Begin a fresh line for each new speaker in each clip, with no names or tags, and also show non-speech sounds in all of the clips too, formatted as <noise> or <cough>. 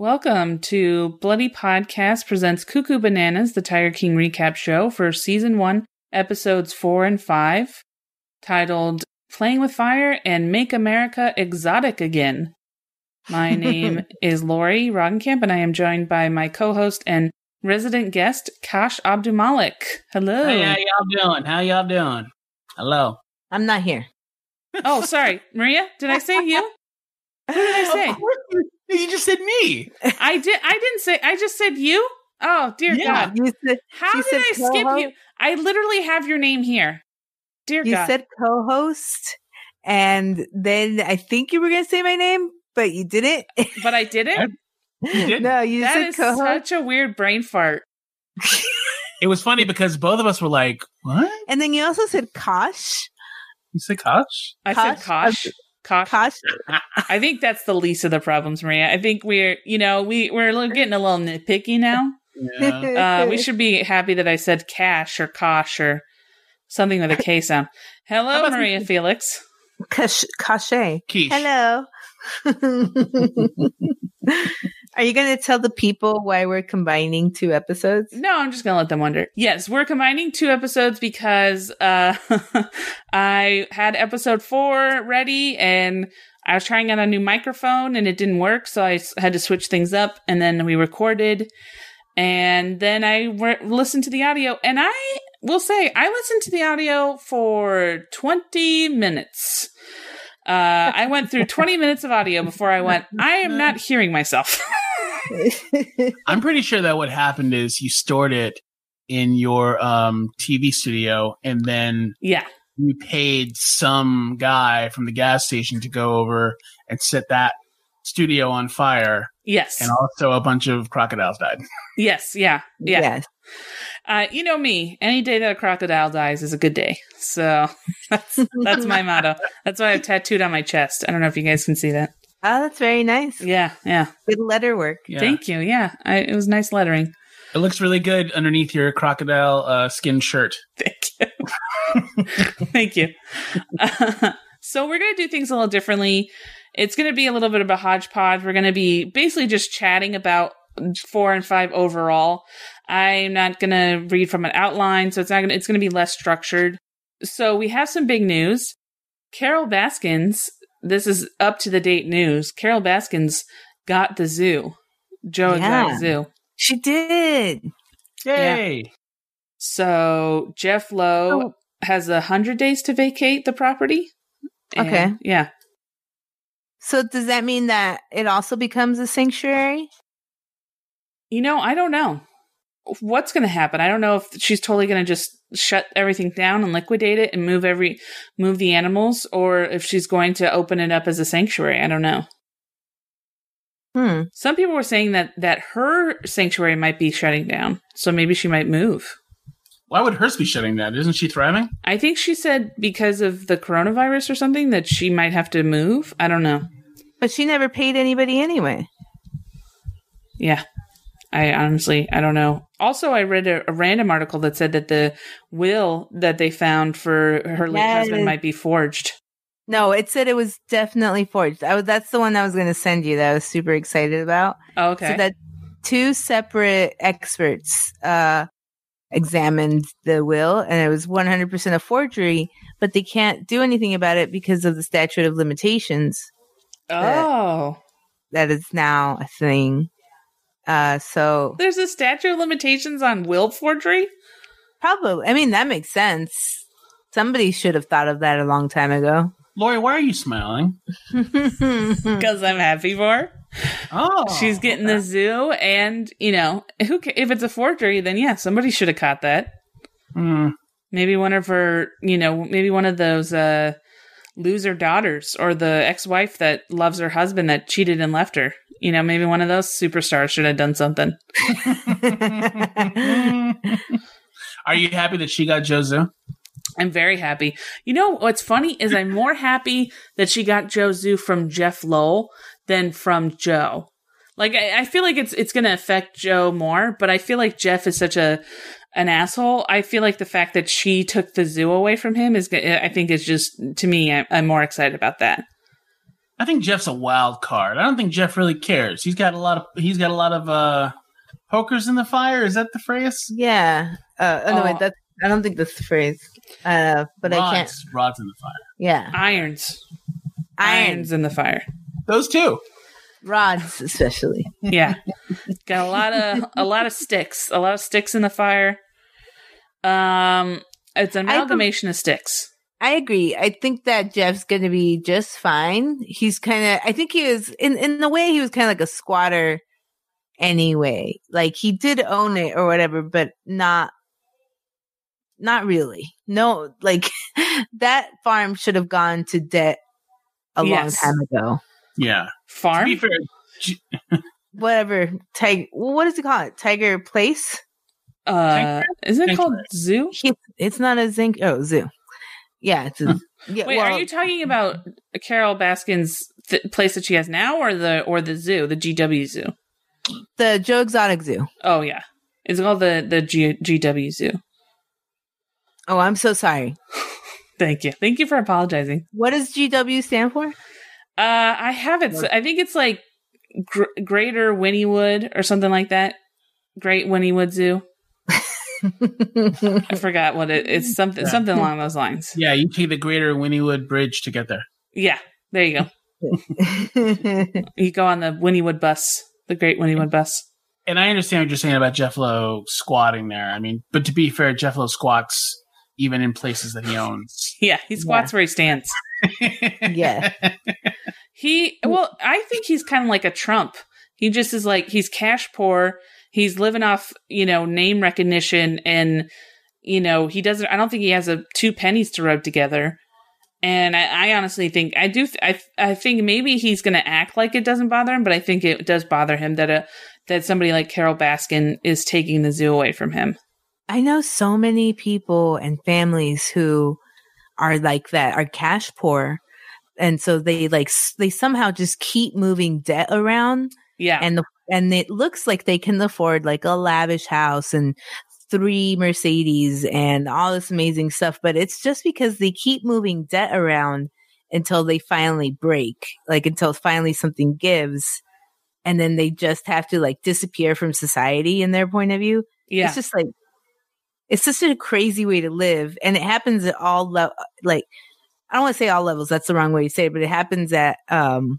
Welcome to Bloody Podcast presents Cuckoo Bananas, the Tiger King recap show for season one, episodes four and five, titled Playing with Fire and Make America Exotic Again. My name is Lori Roggenkamp, and I am joined by my co host and resident guest, Kash Abdumalik. Hello.
Hey, how y'all doing? How y'all doing? Hello.
I'm
<laughs>
not here.
Oh, sorry. Maria, did I say you? Who did
Oh
I say?
Of course you, you just said me.
I did. I didn't say. I just said you. Oh dear
Yeah.
God!
You said
How
She
did
said
I skip
co-host.
you? I literally have your name here. Dear
you
God!
said co-host, and then I think you were gonna say my name, but you didn't. <laughs>
but I didn't.
You didn't.
no, you
That
said
is
co-host,
such a weird brain fart.
It was funny because both of us were like, "What?"
and then you also said Kosh.
You said Kosh?
I said
Kosh?
Kosh. Kosh.
Kosh.
I think that's the least of the problems, Maria. I think we're, you know, we we're a little- getting a little nitpicky
<laughs>
now.
<laughs> Yeah.
Uh, we should be happy that I said cash or kosh or something with a K sound.
How
Hello,
about-
Maria Felix.
Kosh. Koshe.
Quiche.
Hello. <laughs> Are you gonna tell the people why we're combining
<laughs>
two episodes?
No, I'm just gonna let them wonder. Yes, we're combining two episodes because uh <laughs> I had episode four ready and I was trying out a new microphone and it didn't work, so I s- had to switch things up. And then we recorded, and then I re- listened to the audio. And I will say, I listened to the audio for 20 minutes. Uh, I went through 20 minutes of audio before I went, I am not hearing myself. <laughs>
I'm pretty sure that what happened is you stored it in your um, TV studio, and then
yeah.
you paid some guy from the gas station to go over and set that studio on fire,
Yes.
and also a bunch of crocodiles died.
yes. Yeah. Yeah.
<laughs> Yes.
Uh, you know me. Any day that a crocodile dies is a good day. So <laughs> that's that's my motto. That's what I've tattooed on my chest. I don't know if you guys can see that.
Oh, that's very nice.
Yeah, yeah.
Good letter work.
Yeah.
Thank you. Yeah, I, it was nice lettering.
It looks really good underneath your crocodile uh, skin shirt.
Thank you. <laughs> Thank you. so we're gonna do things a little differently. It's gonna be a little bit of a hodgepodge. We're gonna be basically just chatting about four and five overall. I'm not gonna read from an outline, so it's not gonna it's gonna be less structured. So we have some big news. Carol Baskins, this is up to the date news. Carol Baskins got the zoo. Joe
Yeah.
got the zoo.
She did.
Yay!
So Jeff Lowe
Oh.
has a hundred days to vacate the property. And-
Okay.
Yeah.
So does that mean that it also becomes a sanctuary?
You know, I don't know what's going to happen. I don't know if she's totally going to just shut everything down and liquidate it and move every move the animals, or if she's going to open it up as a sanctuary. I don't know.
Hmm.
Some people were saying that that her sanctuary might be shutting down, so maybe she might move.
Why would hers be shutting down? Isn't she thriving?
I think she said because of the coronavirus or something that she might have to move. I don't know.
But she never paid anybody anyway.
Yeah. I honestly, I don't know. Also, I read a, a random article that said that the will that they found for her late
Yes.
husband might be forged.
No, it said it was definitely forged. I was, that's the one I was going to send you that I was super excited about.
Oh, okay.
So that two separate experts uh, examined the will, and it was 100% a forgery, but they can't do anything about it because of the statute of limitations
oh,
that is now a thing. Uh, so
there's a statute of limitations on will forgery.
probably, I mean, that makes sense. Somebody should have thought of that a long time ago.
Lori, why are you smiling?
Because I'm happy for her.
Oh,
She's getting the zoo, and you know, who ca- if it's a forgery, then yeah, somebody should have caught that.
Mm,
Maybe one of her, you know, maybe one of those uh, loser daughters or the ex wife that loves her husband that cheated and left her. You know, maybe one of those superstars should have done something.
<laughs> are you happy that she got Jozu?
I'm very happy. You know, what's funny is I'm more happy that she got Joe Zoo from Jeff Lowell than from Joe. Like, I, I feel like it's it's going to affect Joe more, but I feel like Jeff is such a an asshole. I feel like the fact that she took the zoo away from him is, g- I think, is just to me, I, I'm more excited about that.
I think Jeff's a wild card. I don't think Jeff really cares. He's got a lot of he's got a lot of uh pokers in the fire. Is that the phrase?
Yeah. Uh, oh, no,
Oh.
wait, that's, I don't think that's the phrase. Uh, but I can't.
Rods- Rods in the fire.
Yeah.
Irons.
Irons.
Irons in the fire.
Those two.
Rods, especially.
Yeah. Got a lot of a lot of sticks. A lot of sticks in the fire. Um it's an
I com-
amalgamation of sticks.
I agree. I think that Jeff's going to be just fine. He's kind of, I think he was, in, in the way, he was kind of like a squatter anyway. Like he did own it or whatever, but not, not really. No, like <laughs> that farm should have gone to debt a
Yes.
long time ago.
Yeah. To be
Farm?
fair,
Whatever. Tiger, what does he call it? Tiger Place?
Uh isn't it called zoo?
He, it's not a zinc. Oh, zoo. Yeah. It's a, yeah
Wait,
well,
are you talking about Carol Baskin's th- place that she has now or the or the zoo, the GW zoo?
the Joe Exotic Zoo.
Oh yeah. It's called the the G- GW zoo.
Oh, I'm so sorry.
Thank you. Thank you for apologizing.
What does GW stand for?
Uh, I have it. I think it's like gr- Greater Winniewood or something like that. Great Winniewood Zoo. I forgot what it, it's something
Yeah.
something along those lines.
yeah, you take the Greater Winniewood Bridge to get there.
Yeah, there you go. You go on the Winniewood bus, the Great Winniewood bus.
And I understand what you're saying about Jeff Lowe squatting there. I mean, but to be fair, Jeff Lowe squats even in places that he owns.
Yeah, he squats where he stands.
yeah.
He well, I think he's kind of like a Trump. He just is like he's cash poor. He's living off you know name recognition, and you know he doesn't. I don't think he has a two pennies to rub together. And I, I honestly think I do. I I think maybe he's going to act like it doesn't bother him, but I think it does bother him that a that somebody like Carol Baskin is taking the zoo away from him.
I know so many people and families who are like that, are cash poor. And so they like, s- they somehow just keep moving debt around
Yeah,
and the, and it looks like they can afford like a lavish house and three Mercedes and all this amazing stuff, but it's just because they keep moving debt around until they finally break, like until finally something gives. And then they just have to like disappear from society in their point of view.
yeah.
It's just like, it's just a crazy way to live. And it happens at all, le- uh, like, I don't want to say all levels. That's the wrong way to say it, but it happens at, um,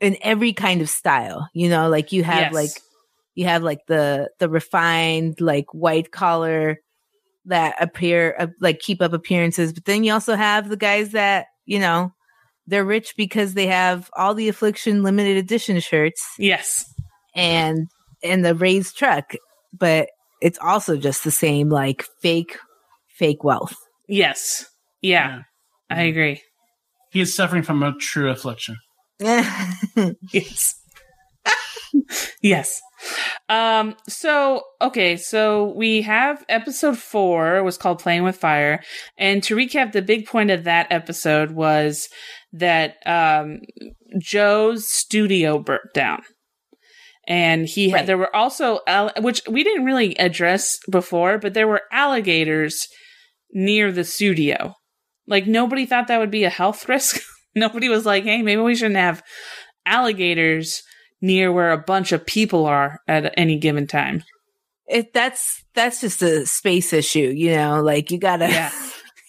in every kind of style, you know, like you have
Yes.
like you have like the the refined like white collar that appear uh, like keep up appearances but then you also have the guys that you know they're rich because they have all the affliction limited edition shirts
yes.
and and the raised truck but it's also just the same like fake
<laughs>
fake wealth
Yes. Yeah.
Yeah.
I agree.
He is suffering from a true affliction.
Yes. <laughs> yes. Um, so okay, so we have episode four was called Playing with Fire. And to recap, the big point of that episode was that um Joe's studio burnt down. And he had,
Right.
there were also, al- which we didn't really address before, but there were alligators near the studio. Like nobody thought that would be a health <laughs> risk. nobody was like, hey, maybe we shouldn't have alligators near where a bunch of people are at any given
<laughs>
time.
it that's that's just a space issue you know like you gotta <laughs>
Yeah.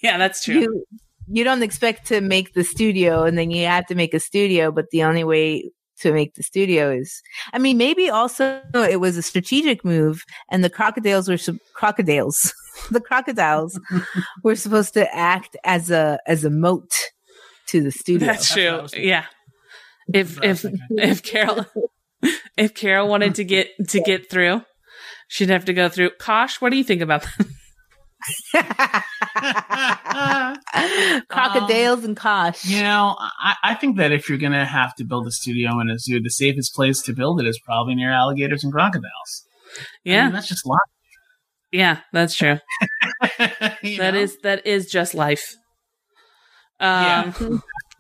Yeah, that's true.
you you don't expect to make the studio and then you have to make a studio but the only way to make the studio is i mean maybe also it was a strategic move and the crocodiles were sup- crocodiles <laughs>
<laughs>
the crocodiles were supposed to act as a as a moat to the studio
that's
That's what I
true.
was thinking.
Yeah. If
what I was
if <laughs>
thinking.
if Carol if Carol wanted to get to get through, she'd have to go through. Kosh, what do you think about that?
<laughs> crocodiles and kosh
<laughs> You know, I, I think that if you're going to have to build a studio in a zoo, the safest place to build it is probably near alligators and crocodiles. I
Yeah.
mean, that's just <laughs> logic.
Yeah, that's true.
That is.
That is that is just life. Um
Yeah.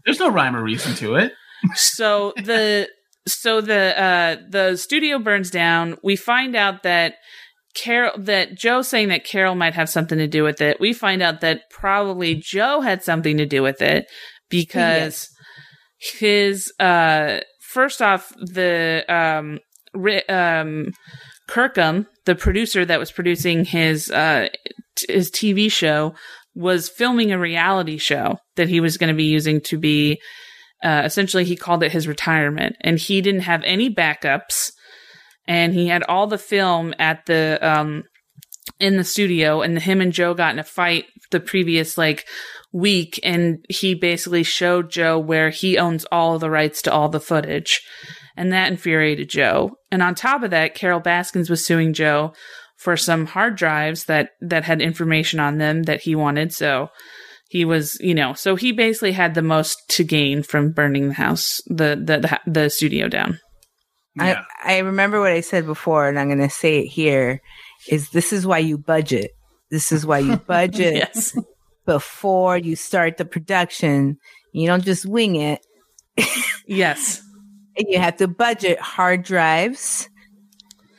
There's no rhyme or reason to it.
<laughs> so the so the uh the studio burns down we find out that carol that joe saying that carol might have something to do with it we find out that probably joe had something to do with it because his uh first off the um ri- um Kirkham, the producer that was producing his uh t- his TV show was filming a reality show that he was going to be using to be uh, essentially he called it his retirement and he didn't have any backups and he had all the film at the um in the studio and him and Joe got in a fight the previous like week and he basically showed Joe where he owns all the rights to all the footage and that infuriated Joe and on top of that Carol Baskins was suing Joe for some hard drives that that had information on them that he wanted so he was you know so he basically had the most to gain from burning the house the the the, the studio down
Yeah.
I, I remember what I said before, and I'm going to say it here: is this is why you budget. This is why you budget
yes
before you start the production. You don't just wing it.
<laughs> yes
And you have to budget hard drives,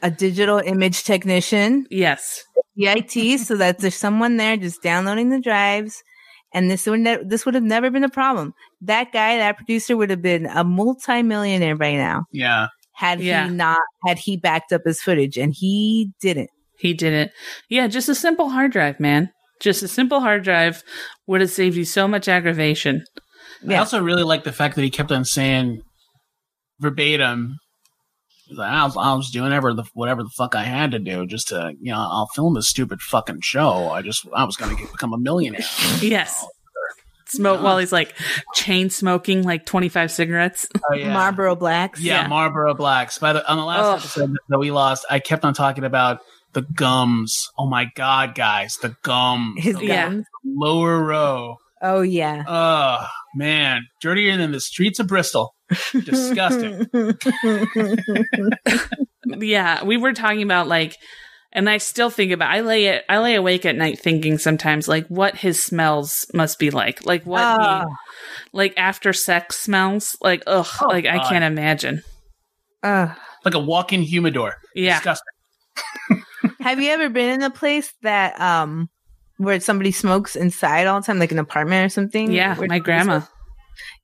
a digital image technician,
yes
the IT, so that there's someone there just downloading the drives. And this would ne- this would have never been a problem. That guy, that producer, would have been a multimillionaire by now
yeah.
had
Yeah.
he not had he backed up his footage, and he didn't.
He did it. Yeah, just a simple hard drive, man. Just a simple hard drive would have saved you so much aggravation.
I
Yeah.
also really like the fact that he kept on saying verbatim. he's Like, I, was, I was doing whatever the, whatever the fuck I had to do just to, you know, I'll film this stupid fucking show. I just, I was going to become a millionaire.
<laughs> Yes. Smoke while he's like chain smoking like 25 cigarettes.
Oh, yeah.
Marlboro Blacks.
Yeah,
Yeah.
Marlboro Blacks. By the on the last
Ugh.
episode that we lost, I kept on talking about the gums. Oh my god, guys, the gums.
His
The
Yeah.
gums.
Lower row.
Oh yeah.
Oh man, dirtier than the streets
<laughs>
of Bristol. Disgusting.
yeah, we were talking about like and I still think about I lay it I lay awake at night thinking sometimes like what his smells must be like. Like what
Ah.
he, like after sex smells. Like ugh,
Oh,
like I
God.
can't imagine.
<laughs> Ugh.
like a walk-in humidor.
Yeah.
Disgusting.
have you ever been in a place that um where somebody smokes inside all the time, like an apartment or something?
Yeah,
Where
my
somebody
grandma.
smokes-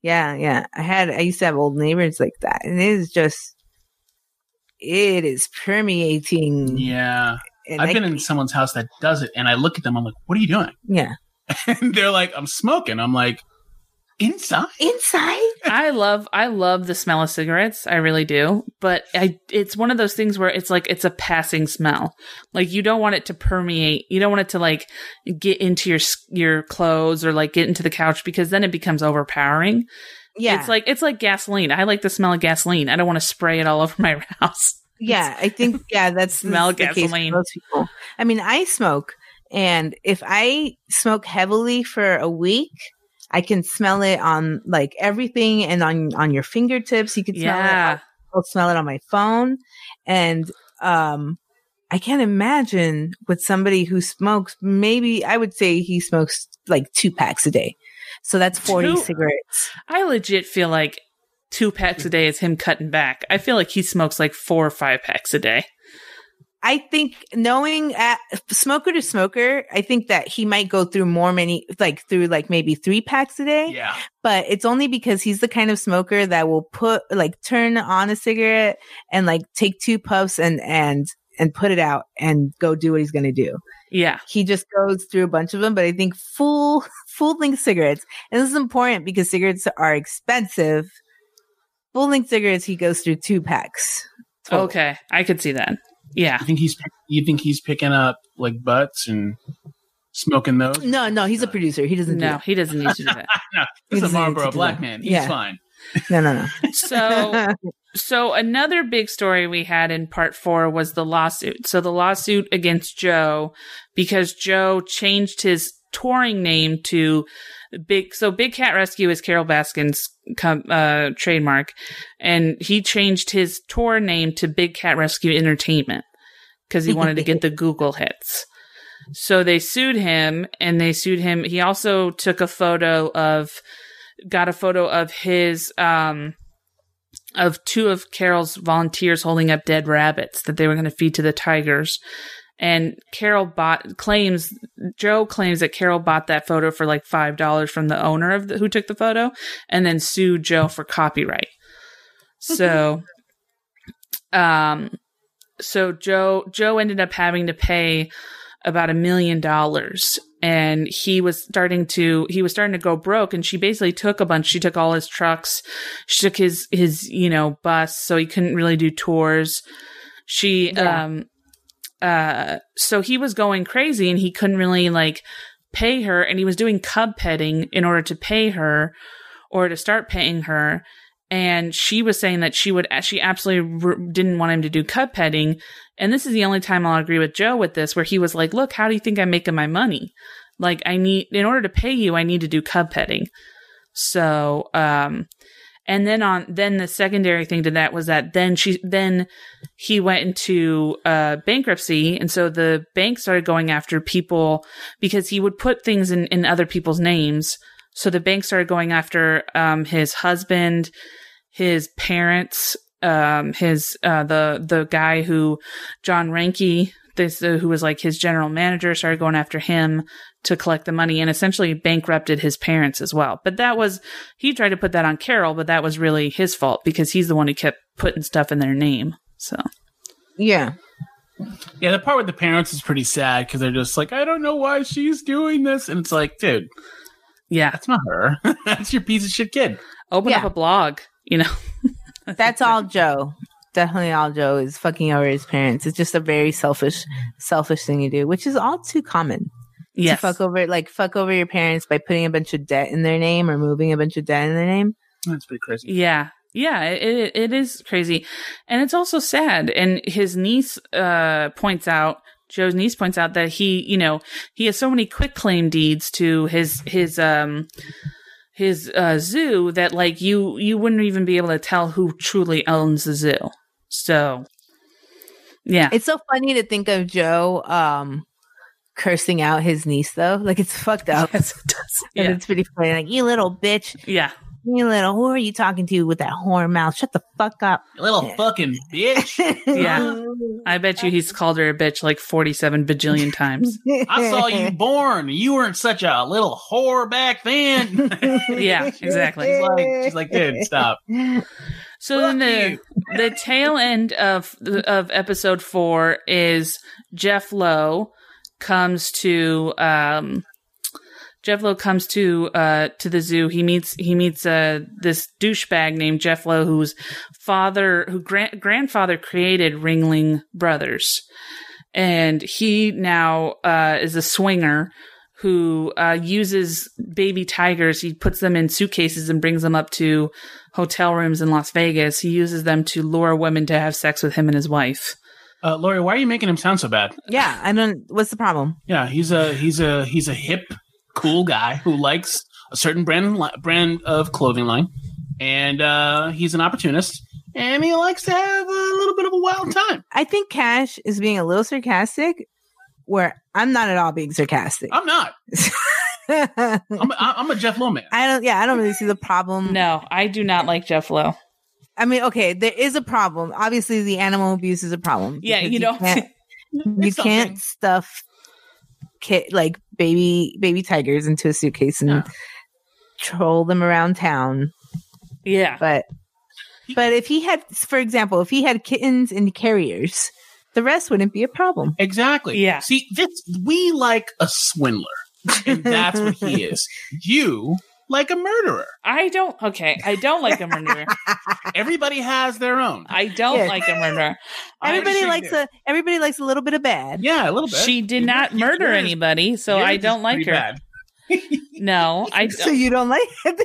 Yeah, yeah. I had I used to have old neighbors like that, and it is just it is permeating.
Yeah.
and I-
I've been in someone's house that does it and I look at them, I'm like, what are you doing? <laughs>
yeah
And they're like, I'm smoking. I'm like, inside?
inside.
I love I love the smell of cigarettes. I really do. But I it's one of those things where it's like it's a passing smell. Like you don't want it to permeate. You don't want it to like get into your s- your clothes or like get into the couch because then it becomes overpowering.
Yeah,
It's like it's like gasoline. I like the smell of gasoline. I don't want to spray it all over my <laughs> house.
Yeah,
<laughs>
I think yeah, that's
Smell
that's the case for
gasoline.
most people. I mean, I smoke, and if I smoke heavily for a week, I can smell it on like everything, and on on your fingertips, you can smell it.
Yeah.
I'll smell it on my phone, and um, I can't imagine with somebody who smokes. Maybe I would say he smokes like two packs a day, so that's forty
Two?
cigarettes.
I legit feel like two packs a day is him cutting back. I feel like he smokes like four or five packs a day.
I think knowing uh, smoker to smoker, I think that he might go through more many, like through like maybe three packs a day,
Yeah.
but it's only because he's the kind of smoker that will put like turn on a cigarette and like take two puffs and, and, and put it out and go do what he's going to do.
Yeah.
He just goes through a bunch of them, but I think full, <laughs> full length cigarettes. And this is important because cigarettes are expensive. Full length cigarettes, he goes through two packs. total.
Okay. I could see that. Yeah.
You think he's you think he's picking up like butts and smoking those?
No, no, he's a producer. He doesn't do
Uh, No, he doesn't need to do that.
<laughs>
This is
He's
a Marlboro
into
black
that.
man. He's
Yeah.
fine.
that. No, no, no.
So, so another big story we had in part four was the lawsuit. So the lawsuit against Joe because Joe changed his touring name to Big. So Big Cat Rescue is Carol Baskin's com, uh, trademark, and he changed his tour name to Big Cat Rescue Entertainment because he wanted to get the Google hits. So they sued him, and they sued him. He also took a photo of, got a photo of his. um of two of Carol's volunteers holding up dead rabbits that they were going to feed to the tigers. and Carol bought claims Joe claims that Carol bought that photo for like five dollars from the owner of the, who took the photo, and then sued Joe for copyright. So, um, so Joe Joe ended up having to pay about a million dollars and he was starting to he was starting to go broke and she basically took a bunch she took all his trucks she took his his you know bus so he couldn't really do tours she
Yeah.
um uh so he was going crazy and he couldn't really like pay her and he was doing cub petting in order to pay her or to start paying her and she was saying that she would she absolutely r- didn't want him to do cub petting and this is the only time I'll agree with Joe with this where he was like look how do you think I'm making my money like I need in order to pay you I need to do cub petting so um and then on then the secondary thing to that was that then she then he went into uh, bankruptcy and so the bank started going after people because he would put things in, in other people's names so the bank started going after um, his husband his parents um, his uh, the the guy who john ranke this uh, who was like his general manager started going after him to collect the money and essentially bankrupted his parents as well but that was he tried to put that on carol but that was really his fault because he's the one who kept putting stuff in their name so
<laughs> Yeah.
Yeah, the part with the parents is pretty sad because they're just like, I don't know why she's doing this, and it's like, dude,
yeah
that's not her. <laughs> that's your piece of shit kid.
open up
Yeah.
a blog you know
That's all Joe. Definitely all Joe is fucking over his parents. It's just a very selfish, selfish thing you do, which is all too common.
yes
To fuck over like fuck over your parents by putting a bunch of debt in their name or moving a bunch of debt in their name.
That's pretty crazy.
yeah yeah it, it, it is crazy and it's also sad and his niece uh points out joe's niece points out that he you know he has so many quick claim deeds to his his um his uh zoo that like you you wouldn't even be able to tell who truly owns the zoo so <laughs> yeah
It's so funny to think of Joe um cursing out his niece though. Like it's fucked up.
Yes, it does.
<laughs> And
yeah
it's pretty funny. Like, you little bitch,
yeah
you little who are you talking to with that horn mouth? Shut the fuck up.
You Little fucking bitch.
<laughs>
Yeah. i bet you he's called her a bitch like 47 bajillion times <laughs>
I
<laughs>
saw you born. You weren't such a little whore back then. <laughs>
Yeah, exactly.
she's like, she's like, dude, <laughs> stop.
So then the
Fuck
the tail end of of episode four is Jeff Lowe comes to um Jeff Lowe comes to uh to the zoo. He meets he meets uh this douchebag named Jeff Lowe whose father who grand, grandfather created Ringling Brothers. And he now uh is a swinger who uh uses baby tigers. He puts them in suitcases and brings them up to hotel rooms in Las Vegas. He uses them to lure women to have sex with him and his wife.
Uh, Lori, why are you making him sound so bad?
Yeah, I don't what's the problem?
Yeah, he's a he's a he's a hip, cool guy who likes a certain brand li- brand of clothing line, and uh, he's an opportunist, and he likes to have a little bit of a wild time.
I think Cash is being a little sarcastic where I'm not at all being sarcastic.
Oh.
I'm not.
<laughs> I
I'm a, I'm a Jeff Lowe man.
don't yeah, I don't really see the problem.
No, I do not like Jeff Lowe.
I mean, okay, there is a problem. Obviously the animal abuse is a problem.
Yeah, <laughs>
because
you don't. <laughs>
can't- you
It's something.
can't stuff kid like baby baby tigers into a suitcase and
No.
troll them around town
yeah,
but but if he had for example if he had kittens and carriers the rest wouldn't be a problem
Exactly.
Yeah.
See, this we like a swindler, and that's what he is.
<laughs>
You like a murderer.
I don't. Okay, I don't like a murderer.
Everybody has their own.
I don't
Yeah.
like a murderer. <laughs> I
everybody
understand
likes
there.
a everybody likes a little bit of bad
Yeah, a little bit.
She did
Yours-
not murder
yours-
anybody, so
yours
I
is
don't like
pretty
her.
bad.
<laughs> No, I.
so
Don't.
you don't like <laughs>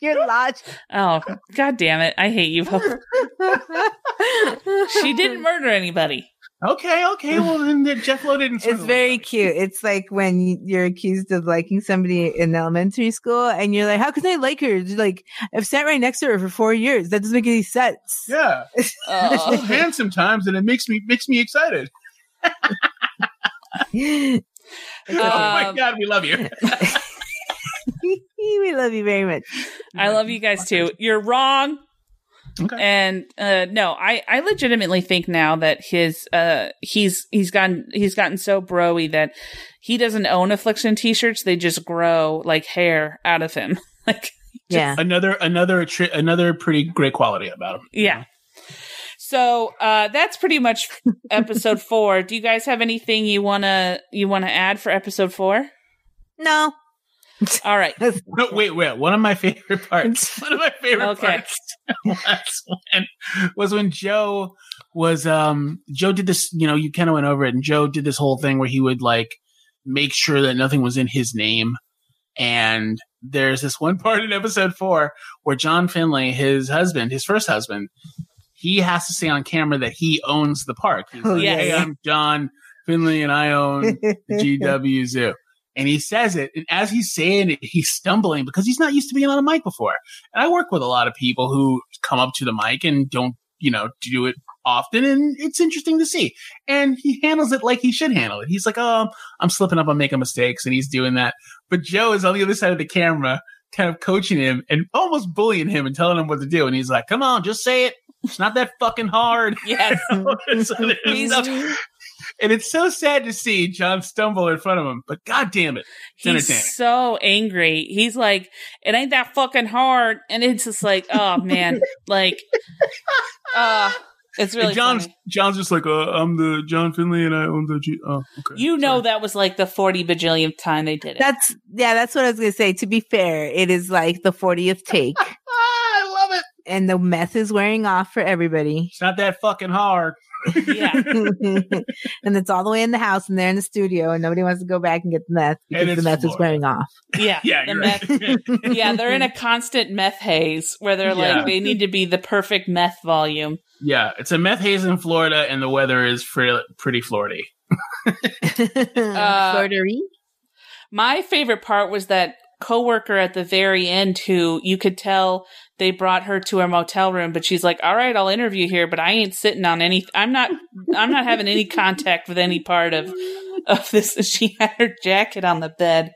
your lodge
<laughs> Oh, god damn it! I hate you. both. she <laughs>
<laughs>
didn't murder anybody.
Okay, okay. Well, then the- Jeff Lowe
<laughs>
didn't.
It's
swindle
very
anybody.
cute. It's like when y- you're accused of liking somebody in elementary school and you're like, how can I like her? Just Like, I've sat right next to her for four years. That doesn't make any sense.
Yeah, she's
Oh.
handsome times, and it makes me makes me excited. <laughs> oh my
Um,
god, we love you.
<laughs> we love you very much.
I love you guys too. You're wrong.
Okay.
And uh, no, I, I legitimately think now that his uh he's he's gotten he's gotten so broy that he doesn't own affliction t-shirts. They just grow like hair out of him. <laughs> like
yeah.
Another another tri- another pretty great quality about him.
yeah. So uh, that's pretty much episode <laughs> four. Do you guys have anything you wanna you wanna add for episode four? <laughs>
No.
All right.
No, wait, wait. One of my <laughs> favorite parts. One of my favorite
Okay.
parts <laughs> was when was when Joe was um Joe did this. You know, you kind of went over it, and Joe did this whole thing where he would like make sure that nothing was in his name. And there's this one part in episode four where John Finley, his husband, his first husband, he has to say on camera that he owns the park. He's
Oh,
like,
yes.
"Hey, I'm John Finley, and I own the GW Zoo. And he says it, and as he's saying it, he's stumbling because he's not used to being on a mic before. And I work with a lot of people who come up to the mic and don't, you know, do it often, and it's interesting to see. And he handles it like he should handle it. He's like, "Oh, I'm slipping up, I'm making mistakes," and he's doing that. But Joe is on the other side of the camera, kind of coaching him and almost bullying him and telling him what to do. And he's like, "Come on, just say it. It's not that fucking hard." <laughs>
Yes.
So there's
He's-
nothing- and it's so sad to see John stumble in front of him, but god damn it. entertaining.
He's so angry. He's like, it ain't that fucking hard. And it's just like, oh man, like, uh, it's really
and John's
funny.
John's just like, uh, I'm the John Finley and I own the G oh okay.
You know that was like the 40 bajillionth time they did it.
That's yeah, that's what I was gonna say. To be fair, it is like the 40th
<laughs>
take.
Ah, I love it.
and the meth is wearing off for
<laughs>
everybody. <laughs>
It's not that fucking hard.
yeah.
and it's all the way in the house and they're in the studio and nobody wants to go back and get the meth because
And
the
it's
meth is
Florida.
wearing off. <laughs>
Yeah.
<laughs> <laughs> Yeah,
the
you're
meth-
right.
yeah. They're in a constant meth haze where they're
Yeah.
like, they need to be the perfect meth volume.
yeah, it's a meth haze in Florida and the weather is fr- pretty Floridy.
Flirtery.
My favorite part was that coworker at the very end who you could tell they brought her to her motel room but she's like all right I'll interview here but I ain't sitting on any I'm not I'm not having any contact with any part of of this <laughs> she had her jacket on the bed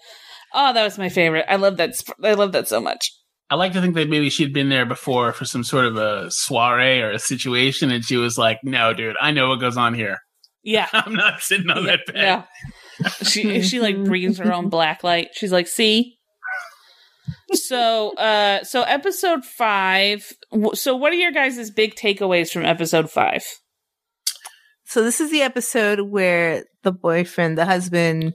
oh that was my favorite I love that sp- I love that so much
I like to think that maybe she'd been there before for some sort of a soiree or a situation and she was like, No, dude, I know what goes on here. <laughs>
yeah
I'm not sitting <laughs> on that bed.
yeah she she like breathes her own black light she's like see so uh so episode five w- so what are your guys' big takeaways from episode five
So this is the episode where the boyfriend, the husband,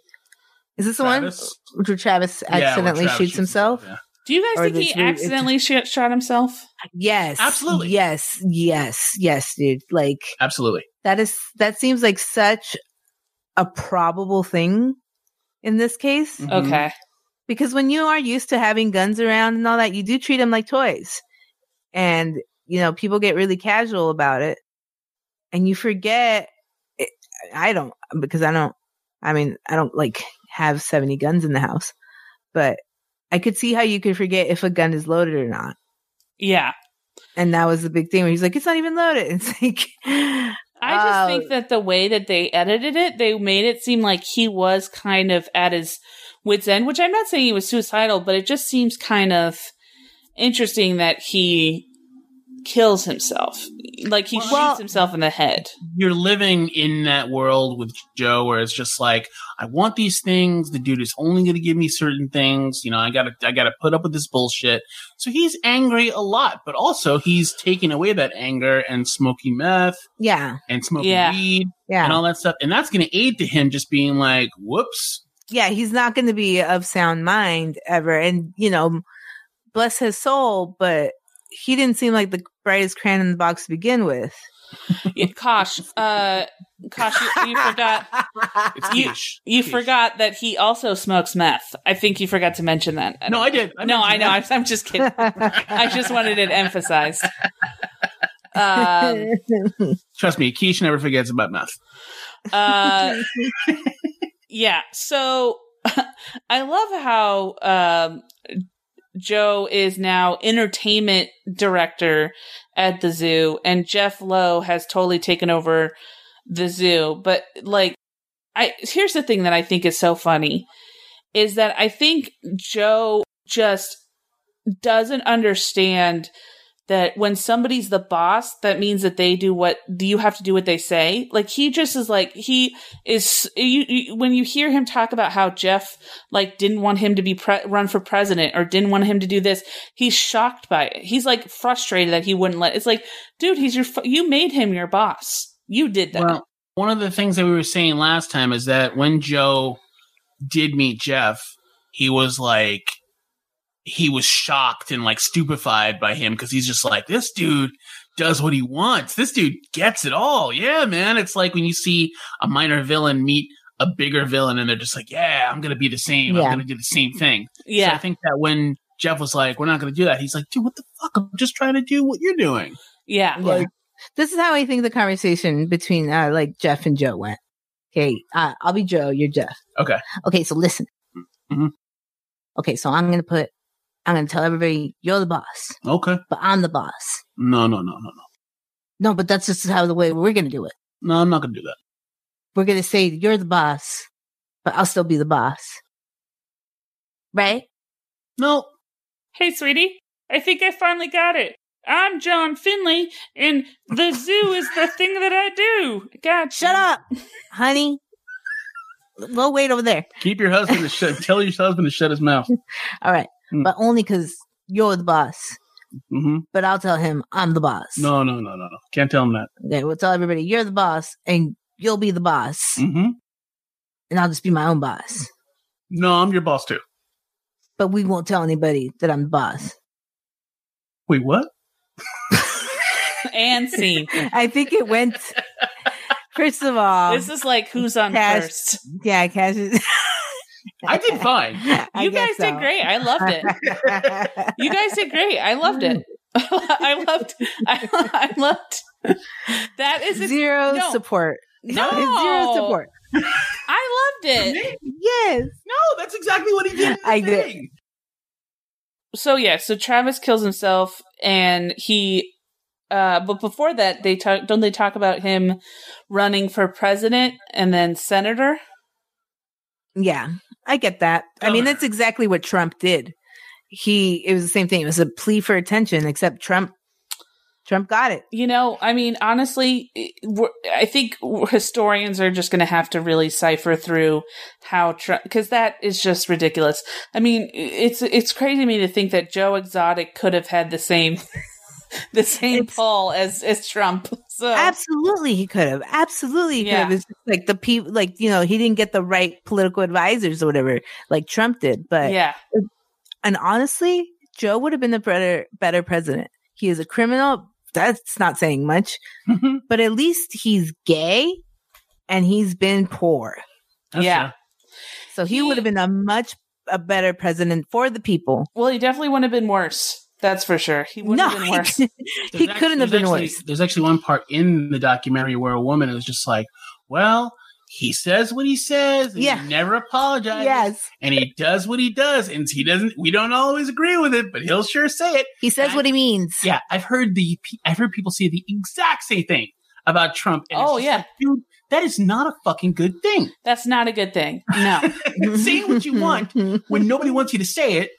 is this the
Travis?
one where Travis
Yeah, well,
accidentally
Travis
shoots himself?
Yeah.
do you guys
Or
think
this
he
re-
accidentally sh- shot himself
Yes,
Absolutely.
Yes, yes, yes, dude. Like
Absolutely.
that is that seems like such a probable thing in this case.
Mhm.
okay
because when you are used to having guns around and all that, you do treat them like toys. And, you know, people get really casual about it. And you forget, it, I don't, because I don't, I mean, I don't like have 70 guns in the house, but I could see how you could forget if a gun is loaded or not.
yeah
And that was the big thing where he's like, it's not even loaded. <laughs> It's like,
I just
Uh,
think that the way that they edited it, they made it seem like he was kind of at his wits' end, which I'm not saying he was suicidal, but it just seems kind of interesting that he kills himself. Like he
Well-
shoots himself in the head.
you're living in that world with Joe where it's just like, I want these things. The dude is only going to give me certain things. You know, I gotta, I gotta put up with this bullshit. So he's angry a lot, but also he's taking away that anger and smoking meth
yeah,
and smoking
Yeah.
weed and
yeah,
all that stuff. And that's going to aid to him just being like, whoops.
yeah. He's not going to be of sound mind ever. And, you know, bless his soul, but he didn't seem like the brightest crayon in the box to begin with.
Yeah, <laughs> Kosh, uh, Kosh, you, you forgot. <laughs>
It's
You-
quiche. <laughs>
You
Quiche.
forgot that he also smokes meth. I think you forgot to mention that.
No, I did.
no, I
mentioned
know.
that.
I'm, I'm just kidding. I just wanted
<laughs>
it emphasized. Um,
Trust me, Keish never forgets about meth.
Uh, yeah. So <laughs> I love how um, Joe is now entertainment director at the zoo, and Jeff Lowe has totally taken over the zoo. But like, I here's the thing that I think is so funny is that I think Joe just doesn't understand that when somebody's the boss, that means that they do what do you have to do what they say. Like he just is like he is. You, you, when you hear him talk about how Jeff like didn't want him to be pre- run for president or didn't want him to do this, he's shocked by it. He's like frustrated that he wouldn't let. It's like, dude, he's your you made him your boss. You did that.
Well, one of the things that we were saying last time is that when Joe did meet Jeff, he was like he was shocked and like stupefied by him because he's just like, this dude does what he wants. This dude gets it all. Yeah, man. It's like when you see a minor villain meet a bigger villain and they're just like, yeah, I'm going to be the same.
Yeah.
I'm going to do the same thing.
Yeah.
So I think that when Jeff was like, we're not going to do that, he's like, dude, what the fuck? I'm just trying to do what you're doing.
yeah.
Yeah. this is how I think the conversation between uh, like Jeff and Joe went. Okay, uh, I'll be Joe. You're Jeff.
Okay.
Okay, so listen.
Mhm.
Okay, so I'm gonna put. I'm gonna tell everybody you're the boss,
Okay.
but I'm the boss.
No, no, no, no, no.
No, but that's just how the way we're gonna do it.
No, I'm not going to do that.
We're gonna say you're the boss, but I'll still be the boss. Right?
No.
Hey, sweetie, I think I finally got it. I'm John Finley, and the zoo is the thing that I do. God,
Shut up, honey. We'll wait over there.
Keep your husband to shut, tell your husband to shut his mouth.
All right,
Hmm.
but only because you're the boss.
Mm-hmm.
But I'll tell him I'm the boss.
No, no, no, no, no. Can't tell him that.
Okay, we'll tell everybody you're the boss and you'll be the boss,
Hmm.
Mm-hmm.
and I'll just be my own boss.
No, I'm your boss too.
But we won't tell anybody that I'm the
<laughs>
boss.
Wait, what?
And <laughs> scene.
I think
<laughs>
it went. First of all,
This is like who's on
Cast.
first.
yeah, Cash. <laughs> Is, <laughs>
I did fine.
You guys did great. I loved it.
<laughs> great.
You guys did great. I loved it. <laughs> I loved. I, <laughs> I loved. That is a,
zero
no.
support.
no
<laughs> zero support.
I loved it.
Yes,
No, that's exactly what he did. in the
I did.
thing.
So yeah, so Travis kills himself, and he. Uh, but before that, they talk. Don't they talk about him running for president and then senator?
yeah, I get that. I mean,
Governor.
that's exactly what Trump did. He it was the same thing. It was a plea for attention, except Trump. Trump got it.
You know, I mean, honestly, it- we're- I think historians are just going to have to really cipher through how because that is just ridiculous. I mean, it's it's crazy to me to think that Joe Exotic could have had the same <laughs> the same
It's-
pull as as Trump. So
Absolutely, he could have. Absolutely, he could
Yeah.
have. It's just like the people, like you know, he didn't get the right political advisors or whatever, like Trump did. But
yeah,
and honestly, Joe would have been the better better president. He is a criminal. That's not saying much,
Mhm.
but at least he's gay, and he's been poor,
That's
Yeah.
fair.
so he,
He-
would have been a much a better president for the people.
well, he definitely wouldn't have been worse. That's for sure. He wouldn't
No,
have been
he,
worse.
couldn't-
There's
he
act-
couldn't have
there's
been
actually-
worse.
There's actually one part in the documentary where a woman is just like, "Well, he says what he says. And
Yeah.
he never apologizes.
Yes,
and he does what he does, and he doesn't. We don't always agree with it, but he'll sure say it.
he says
I-
what he means.
Yeah, I've heard the pe- I've heard people say the exact same thing about Trump. and it's
Oh
just
yeah,
like, dude, that is not a fucking good thing.
that's not a good
<laughs>
thing. No,
say what you want when nobody wants you to say it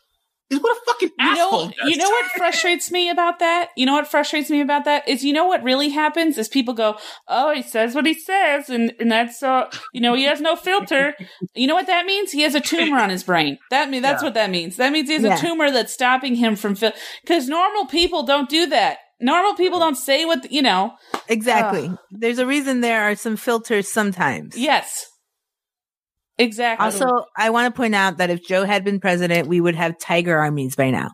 is what a fucking
you
asshole
know,
does.
you know what frustrates me about that? You know what frustrates me about that is you know what really happens is people go, "Oh, he says what he says," and and that's so you know he has no filter. You know what that means? He has a tumor on his brain. That mean that's
Yeah.
what that means. That means he has
Yeah.
a tumor that's stopping him from fil- because normal people don't do that. Normal people don't say what you know.
<laughs> Exactly. There's a reason there are some filters sometimes.
Yes, exactly.
Also, I want to point out that if Joe had been president, we would have tiger armies by now.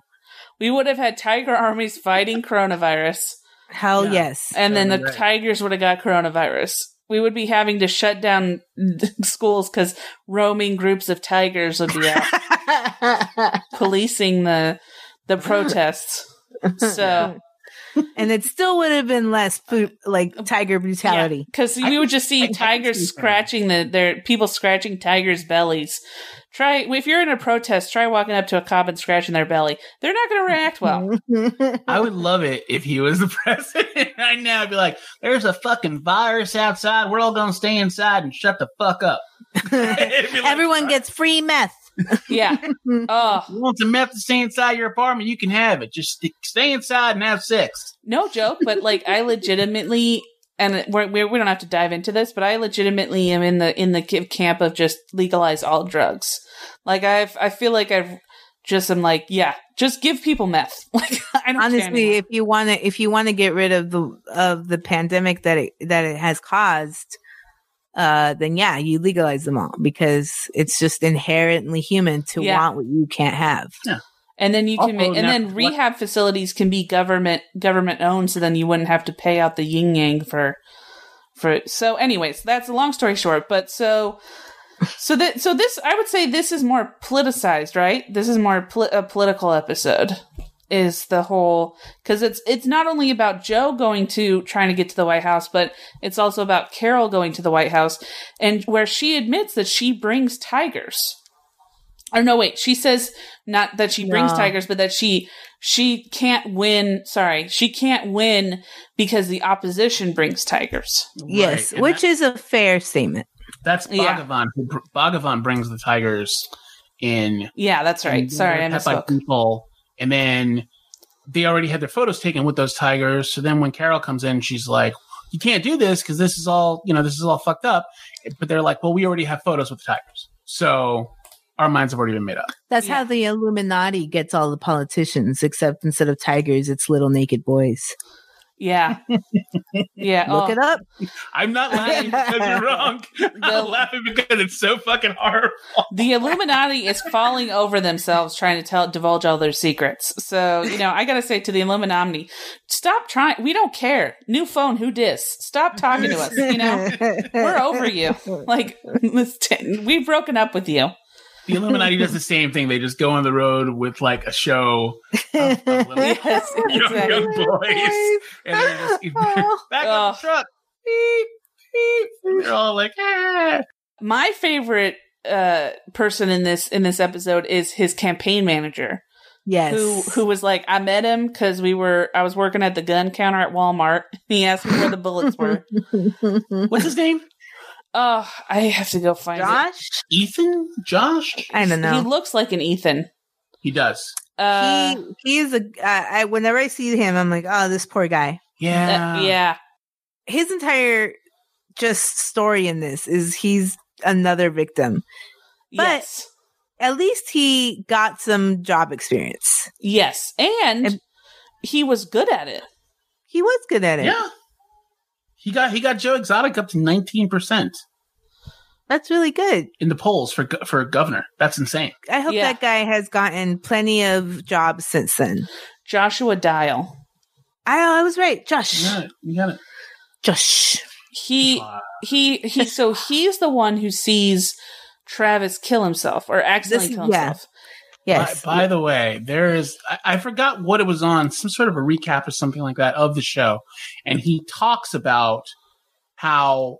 we would have had tiger armies fighting coronavirus.
Hell
<laughs>
Yeah.
yes.
and then the
Totally right.
tigers would have got coronavirus we would be having to shut down <laughs> schools because roaming groups of tigers would be out
<laughs>
policing the the protests so
and it still would have been less fu- like tiger brutality.
because
I
we would just
I
see
can see
tigers
that.
scratching the their people scratching tigers bellies try if you're in a protest try walking up to a cop and scratching their belly they're not going to react well
<laughs>
<laughs>
I would love it if he was the <laughs> president right now. I'd be like, there's a fucking virus
<laughs>
outside. We're all going to stay inside and shut the fuck up. <laughs> It'd be like,
uh,
Everyone gets free meth.
<laughs>
Yeah. oh,
You want some meth to stay inside your apartment? You can have it. Just st- stay inside and have sex.
no joke, but like I legitimately, and we're, we're, we don't have to dive into this, but I legitimately am in the in the ki- camp of just legalize all drugs. Like I, I feel like I've just am like, yeah, just give people meth. <laughs> Like I don't stand
Honestly, if you want to, if you want to get rid of the of the pandemic that it that it has caused, uh, then yeah, you legalize them all because it's just inherently human to
Yeah.
want what you can't have.
And then you can
Oh,
make, and
now-
then rehab facilities can be government government owned, so then you wouldn't have to pay out the yin yang for for. So, anyways, that's a long story short. But so so that so this I would say this is more politicized, right? This is more poli- a political episode. Is the whole because it's it's not only about Joe going to trying to get to the White House, but it's also about Carol going to the White House, and where she admits that she brings tigers. Or no, wait. She says not that she brings
No.
tigers, but that she she can't win. Sorry, she can't win because the opposition brings tigers.
Yes,
Right. And
which
that-
is a fair statement.
that's
yeah.
Bhagavan. who br- Bhagavan brings the tigers in.
Yeah, that's right.
and uh,
Sorry, I
they're kept by
misspoke.
people, and then they already had their photos taken with those tigers. So then when Carol comes in, she's like, "You can't do this because this is all you know. This is all fucked up." But they're like, "Well, we already have photos with the tigers, so our minds have already been made up."
That's
Yeah.
how the Illuminati gets all the politicians, except instead of tigers, it's little naked boys.
Yeah, yeah.
Look
oh.
it up.
I'm not laughing because
<laughs>
you're wrong.
The-
I'm laughing because it's so fucking horrible.
the Illuminati is falling over themselves trying to tell divulge all their secrets. So, you know, I gotta say to the Illuminati, stop trying we don't care. New phone, who dis? Stop talking to us, you
<laughs>
know? We're over you. <laughs> Like Miss Tin, we've broken up with you.
The Illuminati does the same thing. They just go on the road with like a show of, of little
Yes,
young,
exactly.
young boys, and they're
<laughs>
just
<laughs>
back on
Oh.
the truck. Beep, beep. And they're all like, ah.
My favorite uh person in this in this episode is his campaign manager.
Yes.
who who was like, I met him because we were I was working at the gun counter at Walmart. <laughs> He asked me where the bullets were.
<laughs>
What's his name?
Oh, I have to go find it.
Josh?
Ethan? Josh?
I don't
He
know.
looks like an Ethan.
He does.
Uh,
he he's a I, I whenever I see him, I'm like, oh, this poor guy.
uh,
Yeah.
yeah,
His entire just story in this is he's another victim. But-
yes,
At least he got some job experience.
yes, and,
And-
he was good at it.
He was good at it.
Yeah. He got he got Joe Exotic up to nineteen percent
That's really good.
in the polls for go- for governor. That's insane.
I hope
Yeah.
that guy has gotten plenty of jobs since then.
Joshua Dial.
I I was right. Josh.
You got it. You got it.
Josh.
He
Wow.
he he. So he's the one who sees Travis kill himself or accidentally
This-
kill
yeah.
himself.
Yes.
By, by the way, there is, I, I forgot what it was on, some sort of a recap or something like that of the show. And he talks about how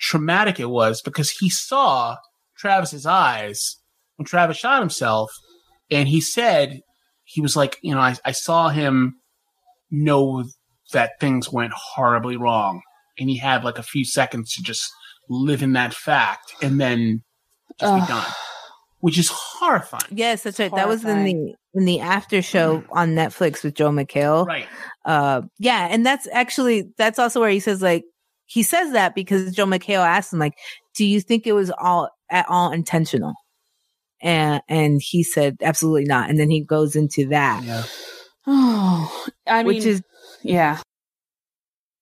traumatic it was because he saw Travis's eyes when Travis shot himself. And he said, he was like, you know, I, I saw him know that things went horribly wrong. And he had like a few seconds to just live in that fact and then just
Ugh.
be gone, which is horrifying.
Yes, that's right. That was in the
Horrifying.
in the after show on Netflix with Joe McHale.
Right.
Uh, yeah, and that's actually that's also where he says like he says that because Joe McHale asked him like, "Do you think it was all at all intentional?" And and he said, "Absolutely not." And then he goes into that,
Yeah.
Oh, <sighs> I mean,
which is
yeah,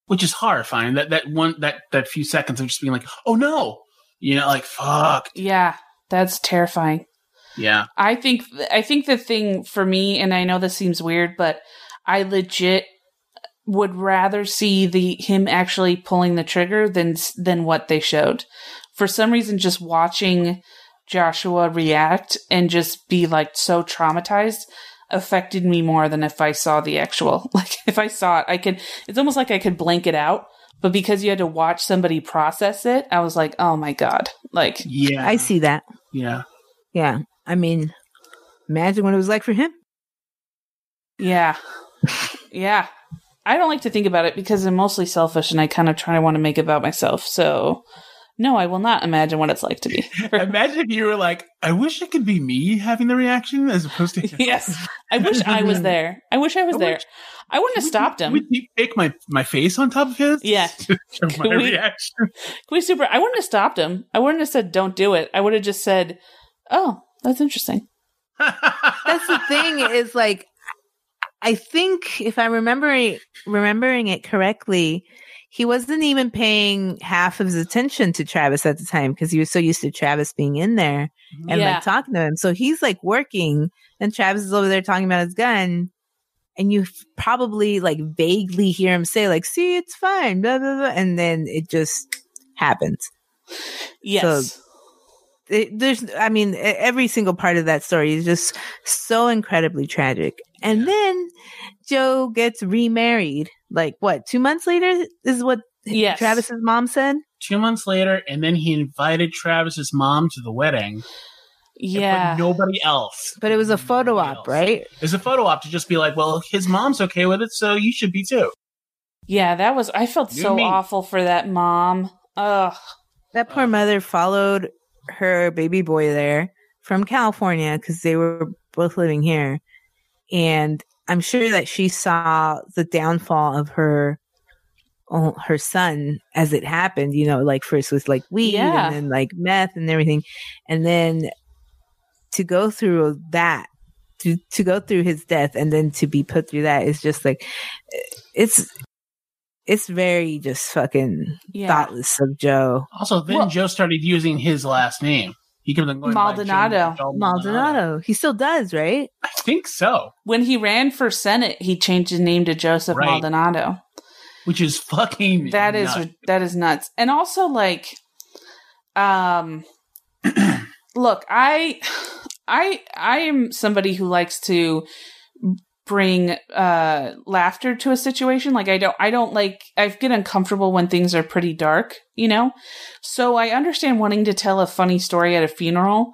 Which is horrifying. That that one that that few seconds of just being like, oh no. You know, like fuck.
yeah. That's terrifying.
Yeah.
I think I think the thing for me, and I know this seems weird, but I legit would rather see the him actually pulling the trigger than than what they showed. For some reason, just watching Joshua react and just be like so traumatized affected me more than if I saw the actual. <laughs> Like if I saw it, I could. It's almost like I could blank it out. But because you had to watch somebody process it, I was like, oh my god, like
Yeah.
I see that.
Yeah.
Yeah, I mean, imagine what it was like for him.
Yeah. yeah. I don't like to think about it because I'm mostly selfish and I kind of try to want to make it about myself. So No, I will not imagine what it's like to be.
Imagine if you were like, I wish it could be me having the reaction as
<laughs>
opposed to
<laughs> yes. I wish I was there. I wish I was
I
there.
wish-
I wouldn't have stopped him.
Would you fake my, my face on top of his?
Yeah.
<laughs> To show my
Can we-
reaction.
Can we super I wouldn't have stopped him. I wouldn't have said don't do it. I would have just said, "Oh, that's interesting."
<laughs> That's the thing is like, I think if I'm remembering remembering it correctly, he wasn't even paying half of his attention to Travis at the time because he was so used to Travis being in there and
Yeah.
like talking to him. So he's like working, and Travis is over there talking about his gun, and you f- probably like vaguely hear him say like, "See, it's fine," blah blah blah, and then it just happens.
Yes.
it, there's i mean e- every single part of that story is just so incredibly tragic and then joe gets remarried like what two months later is what
yes.
travis's mom said
Two months later, and then he invited Travis's mom to the wedding.
Yeah.
But nobody else.
but it was a photo
Nobody
op
else.
right
It was a photo op to just be like, well, his mom's okay with it, so you should be too.
yeah, that was I felt
You
so
mean-
awful for that mom. Ugh.
that
Uh,
poor mother followed her baby boy there from california because they were both living here and i'm sure that she saw the downfall of her oh, her son as it happened you know like first with like weed
Yeah.
and then like meth and everything and then to go through that to, to go through his death and then to be put through that is just like it's it's very just fucking
Yeah.
thoughtless of joe
Also, then
Well-
Joe started using his last name. He kept on going by Joe-
Maldonado.
Joe
Maldonado. He still does, right?
I think so.
When he ran for Senate, he changed his name to Joseph
Right.
Maldonado.
Which is fucking
That is
nuts.
that is nuts. And also like um <clears throat> look, I I I am somebody who likes to bring uh laughter to a situation. Like I don't I don't like I get uncomfortable when things are pretty dark, you know? So I understand wanting to tell a funny story at a funeral,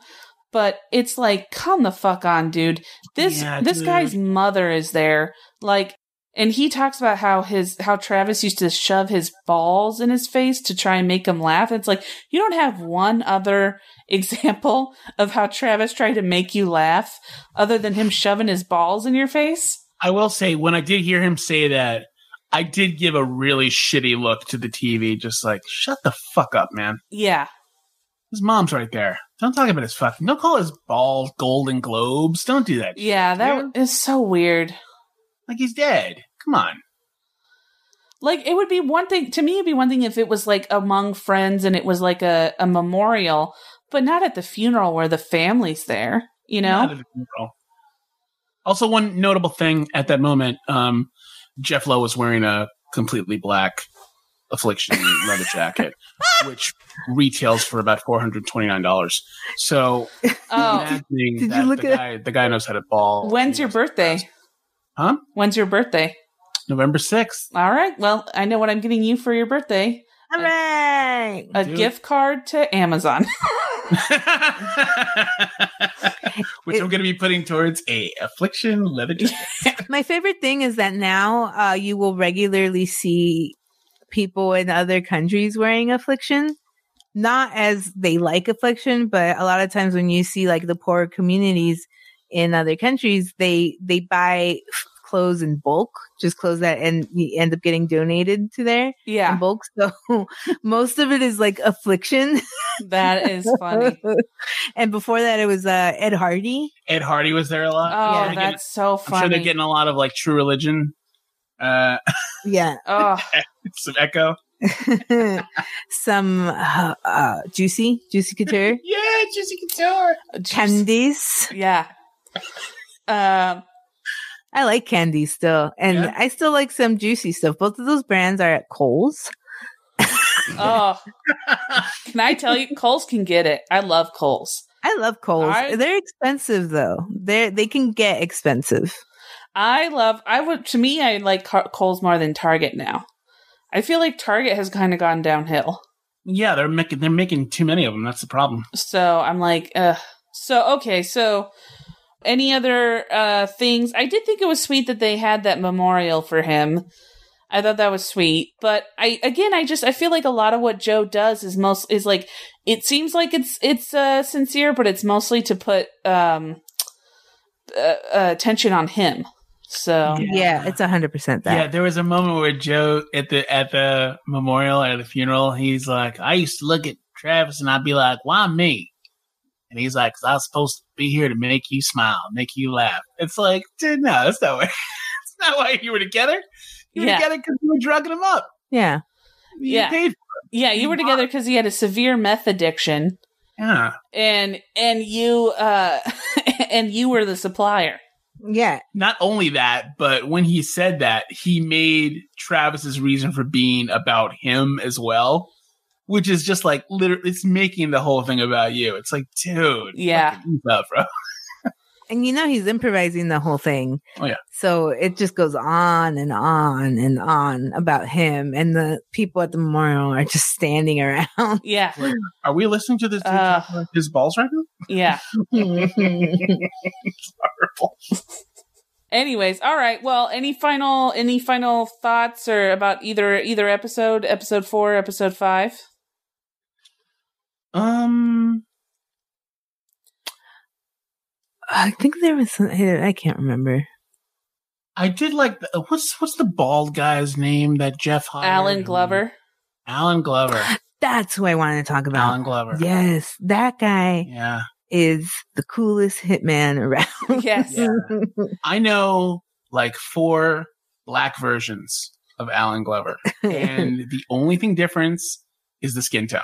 but it's like come the fuck on, dude. This
Yeah,
this
dude.
guy's mother is there. Like and he talks about how his how Travis used to shove his balls in his face to try and make him laugh. It's like you don't have one other <laughs> example of how Travis tried to make you laugh other than him shoving his balls in your face.
I will say, when I did hear him say that, I did give a really shitty look to the TV, just like, shut the fuck up, man.
Yeah.
His mom's right there. Don't talk about his fucking. Don't call his balls Golden Globes. Don't do that.
Yeah, that is so weird.
Like he's dead. Come on.
Like it would be one thing to me it'd be one thing if it was like among friends and it was like a, a memorial, but not at the funeral where the family's there, you
Not
know?
at a funeral. Also, one notable thing at that moment, um, Jeff Lowe was wearing a completely black affliction <laughs> leather
<laughs>
jacket, which retails for about four hundred twenty nine dollars. So
Oh.
imagining
Did
that
you look
the
at-
guy, the guy knows how to ball.
When's your birthday?
Huh?
When's your birthday?
November sixth. <laughs>
All right. Well, I know what I'm getting you for your birthday
All right.
a
Dude.
gift card to Amazon. <laughs>
Which
It-
I'm going to be putting towards a affliction
<laughs>
leather jacket.
My favorite thing is that now uh, you will regularly see people in other countries wearing affliction. Not as they like affliction, but a lot of times when you see like the poor communities in other countries, they they buy f- clothes in bulk, just clothes that and you end up getting donated to there in
yeah.
bulk. So <laughs> most of it is like affliction.
That is funny.
<laughs> and before that, it was uh, Ed Hardy.
Ed Hardy was there a
Oh,
lot. <laughs> I'm sure they're
that's so
getting- I'm sure
funny.
they're getting a lot of like True Religion, uh,
Yeah,
<laughs>
oh,
some Echo.
<laughs> some uh, uh, juicy, juicy
<laughs>
couture
Yeah, Jesse Couture.
jeez.
candies.
yeah. Um,
I like candy still, and
Yeah.
I still like some juicy stuff. Both of those brands are at Kohl's.
oh, can I tell you, Coles can get it. I love Coles.
I love Kohl's.
I-
They're expensive though. They they can get expensive.
I love. I would. To me, I like Car- Coles more than Target now. I feel like Target has kind of gone downhill.
yeah, they're making they're making too many of them. That's the problem.
So I'm like, ugh. So okay, so any other uh things? I did think it was sweet that they had that memorial for him. I thought that was sweet. But I again I just I feel like a lot of what Joe does is most is like it seems like it's it's uh sincere, but it's mostly to put um uh, uh, attention on him. So
Yeah.
Yeah, it's hundred percent that.
Yeah, there was a moment where Joe at the at the memorial at the funeral, he's like, I used to look at Travis and I'd be like, why me? And he's like, 'Cause I was supposed to be here to make you smile, make you laugh. It's like, dude, no, that's not why. <laughs> that's not why you were together. You were
Yeah.
together because you were drugging him up.
Yeah.
You
Yeah.
paid-
yeah, you were together because he had a severe meth addiction,
yeah.
and and you uh <laughs> and you were the supplier.
Yeah.
Not only that, but when he said that, he made Travis's reason for being about him as well, which is just like literally, it's making the whole thing about you. It's like, dude,
Yeah.
fucking keep up, bro.
And you know he's improvising the whole thing.
Oh, yeah.
So it just goes on and on and on about him and the people at the memorial are just standing around.
Yeah,
Are we listening to this dude
Uh.
talk about his balls right now?
yeah.
Mm-hmm. Horrible.
Anyways, all right. Well, any final any final thoughts or about either either episode, episode four, episode five?
Um,
I think there was some, I can't remember.
I did like the, what's what's the bald guy's name that Jeff hired?
Alan Glover. <gasps>
Alan Glover.
That's who I wanted to talk about.
Alan Glover.
Yes, that guy
Yeah.
is the coolest hitman around.
Yes.
<laughs> Yeah. I know like four black versions of Alan Glover, and the only thing difference is the skin tone.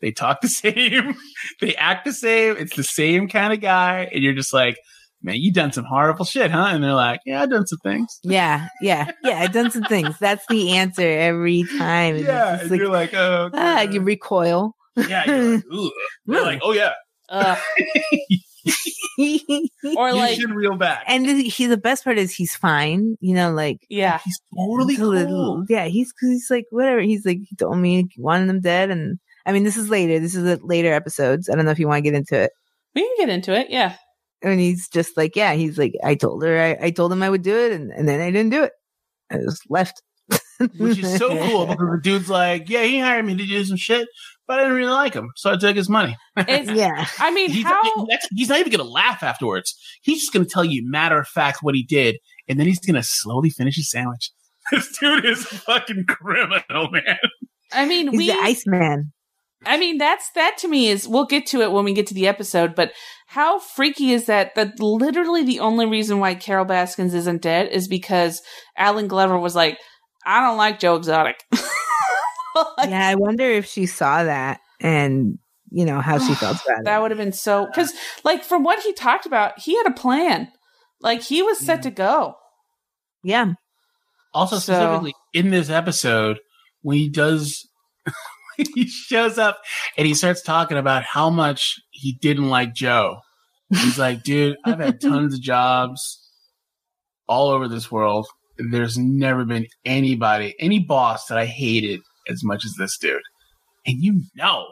They talk the <laughs> same, they act the same. It's the same kind of guy, and you're just like, man, you done some horrible shit, huh? And they're like, yeah, I done some things.
<laughs> yeah, yeah, yeah. I've done some things. That's the answer every time. And it's
Yeah,
just
and
like,
you're like, oh,
ah, you recoil. <laughs>
yeah, you're like, Ooh. They're like, oh yeah,
Ugh. Uh, or
you
like,
should reel back.
and he, the best part is he's fine. You know, like
yeah,
he's totally
He's a little-
cool.
Yeah, he's he's like whatever. He's like he told me he wanted them dead, and I mean this is later. This is a later episodes. I don't know if you want to get into it.
we can get into it. Yeah,
And he's just like, yeah, he's like, I told her, I, I told him I would do it, and, and then I didn't do it. I just left,
which
<laughs>
is so cool because the dude's like, yeah, he hired me to do some shit, but I didn't really like him, so I took his money.
it's.
<laughs>
<laughs>
yeah,
I mean,
He's,
how?
next- he's not even going to laugh afterwards. He's just going to tell you matter of fact what he did, and then he's going to slowly finish his sandwich. <laughs> This dude is a fucking criminal, man.
I mean,
he's
we.
the Iceman.
I mean, that's that to me is. We'll get to it when we get to the episode. But how freaky is that? That literally the only reason why Carol Baskins isn't dead is because Alan Glover was like, I don't like Joe Exotic. <laughs> Like,
yeah, I wonder if she saw that and you know how
<sighs>
she felt about
That
it.
would have been so because, like, from what he talked about, he had a plan. Like he was set
Yeah.
to go.
Yeah,
Also,
So-
specifically in this episode, when he does, <laughs> when he shows up and he starts talking about how much he didn't like Joe. He's like, dude, I've had tons of jobs all over this world. There's never been anybody, any boss that I hated as much as this dude. And you know,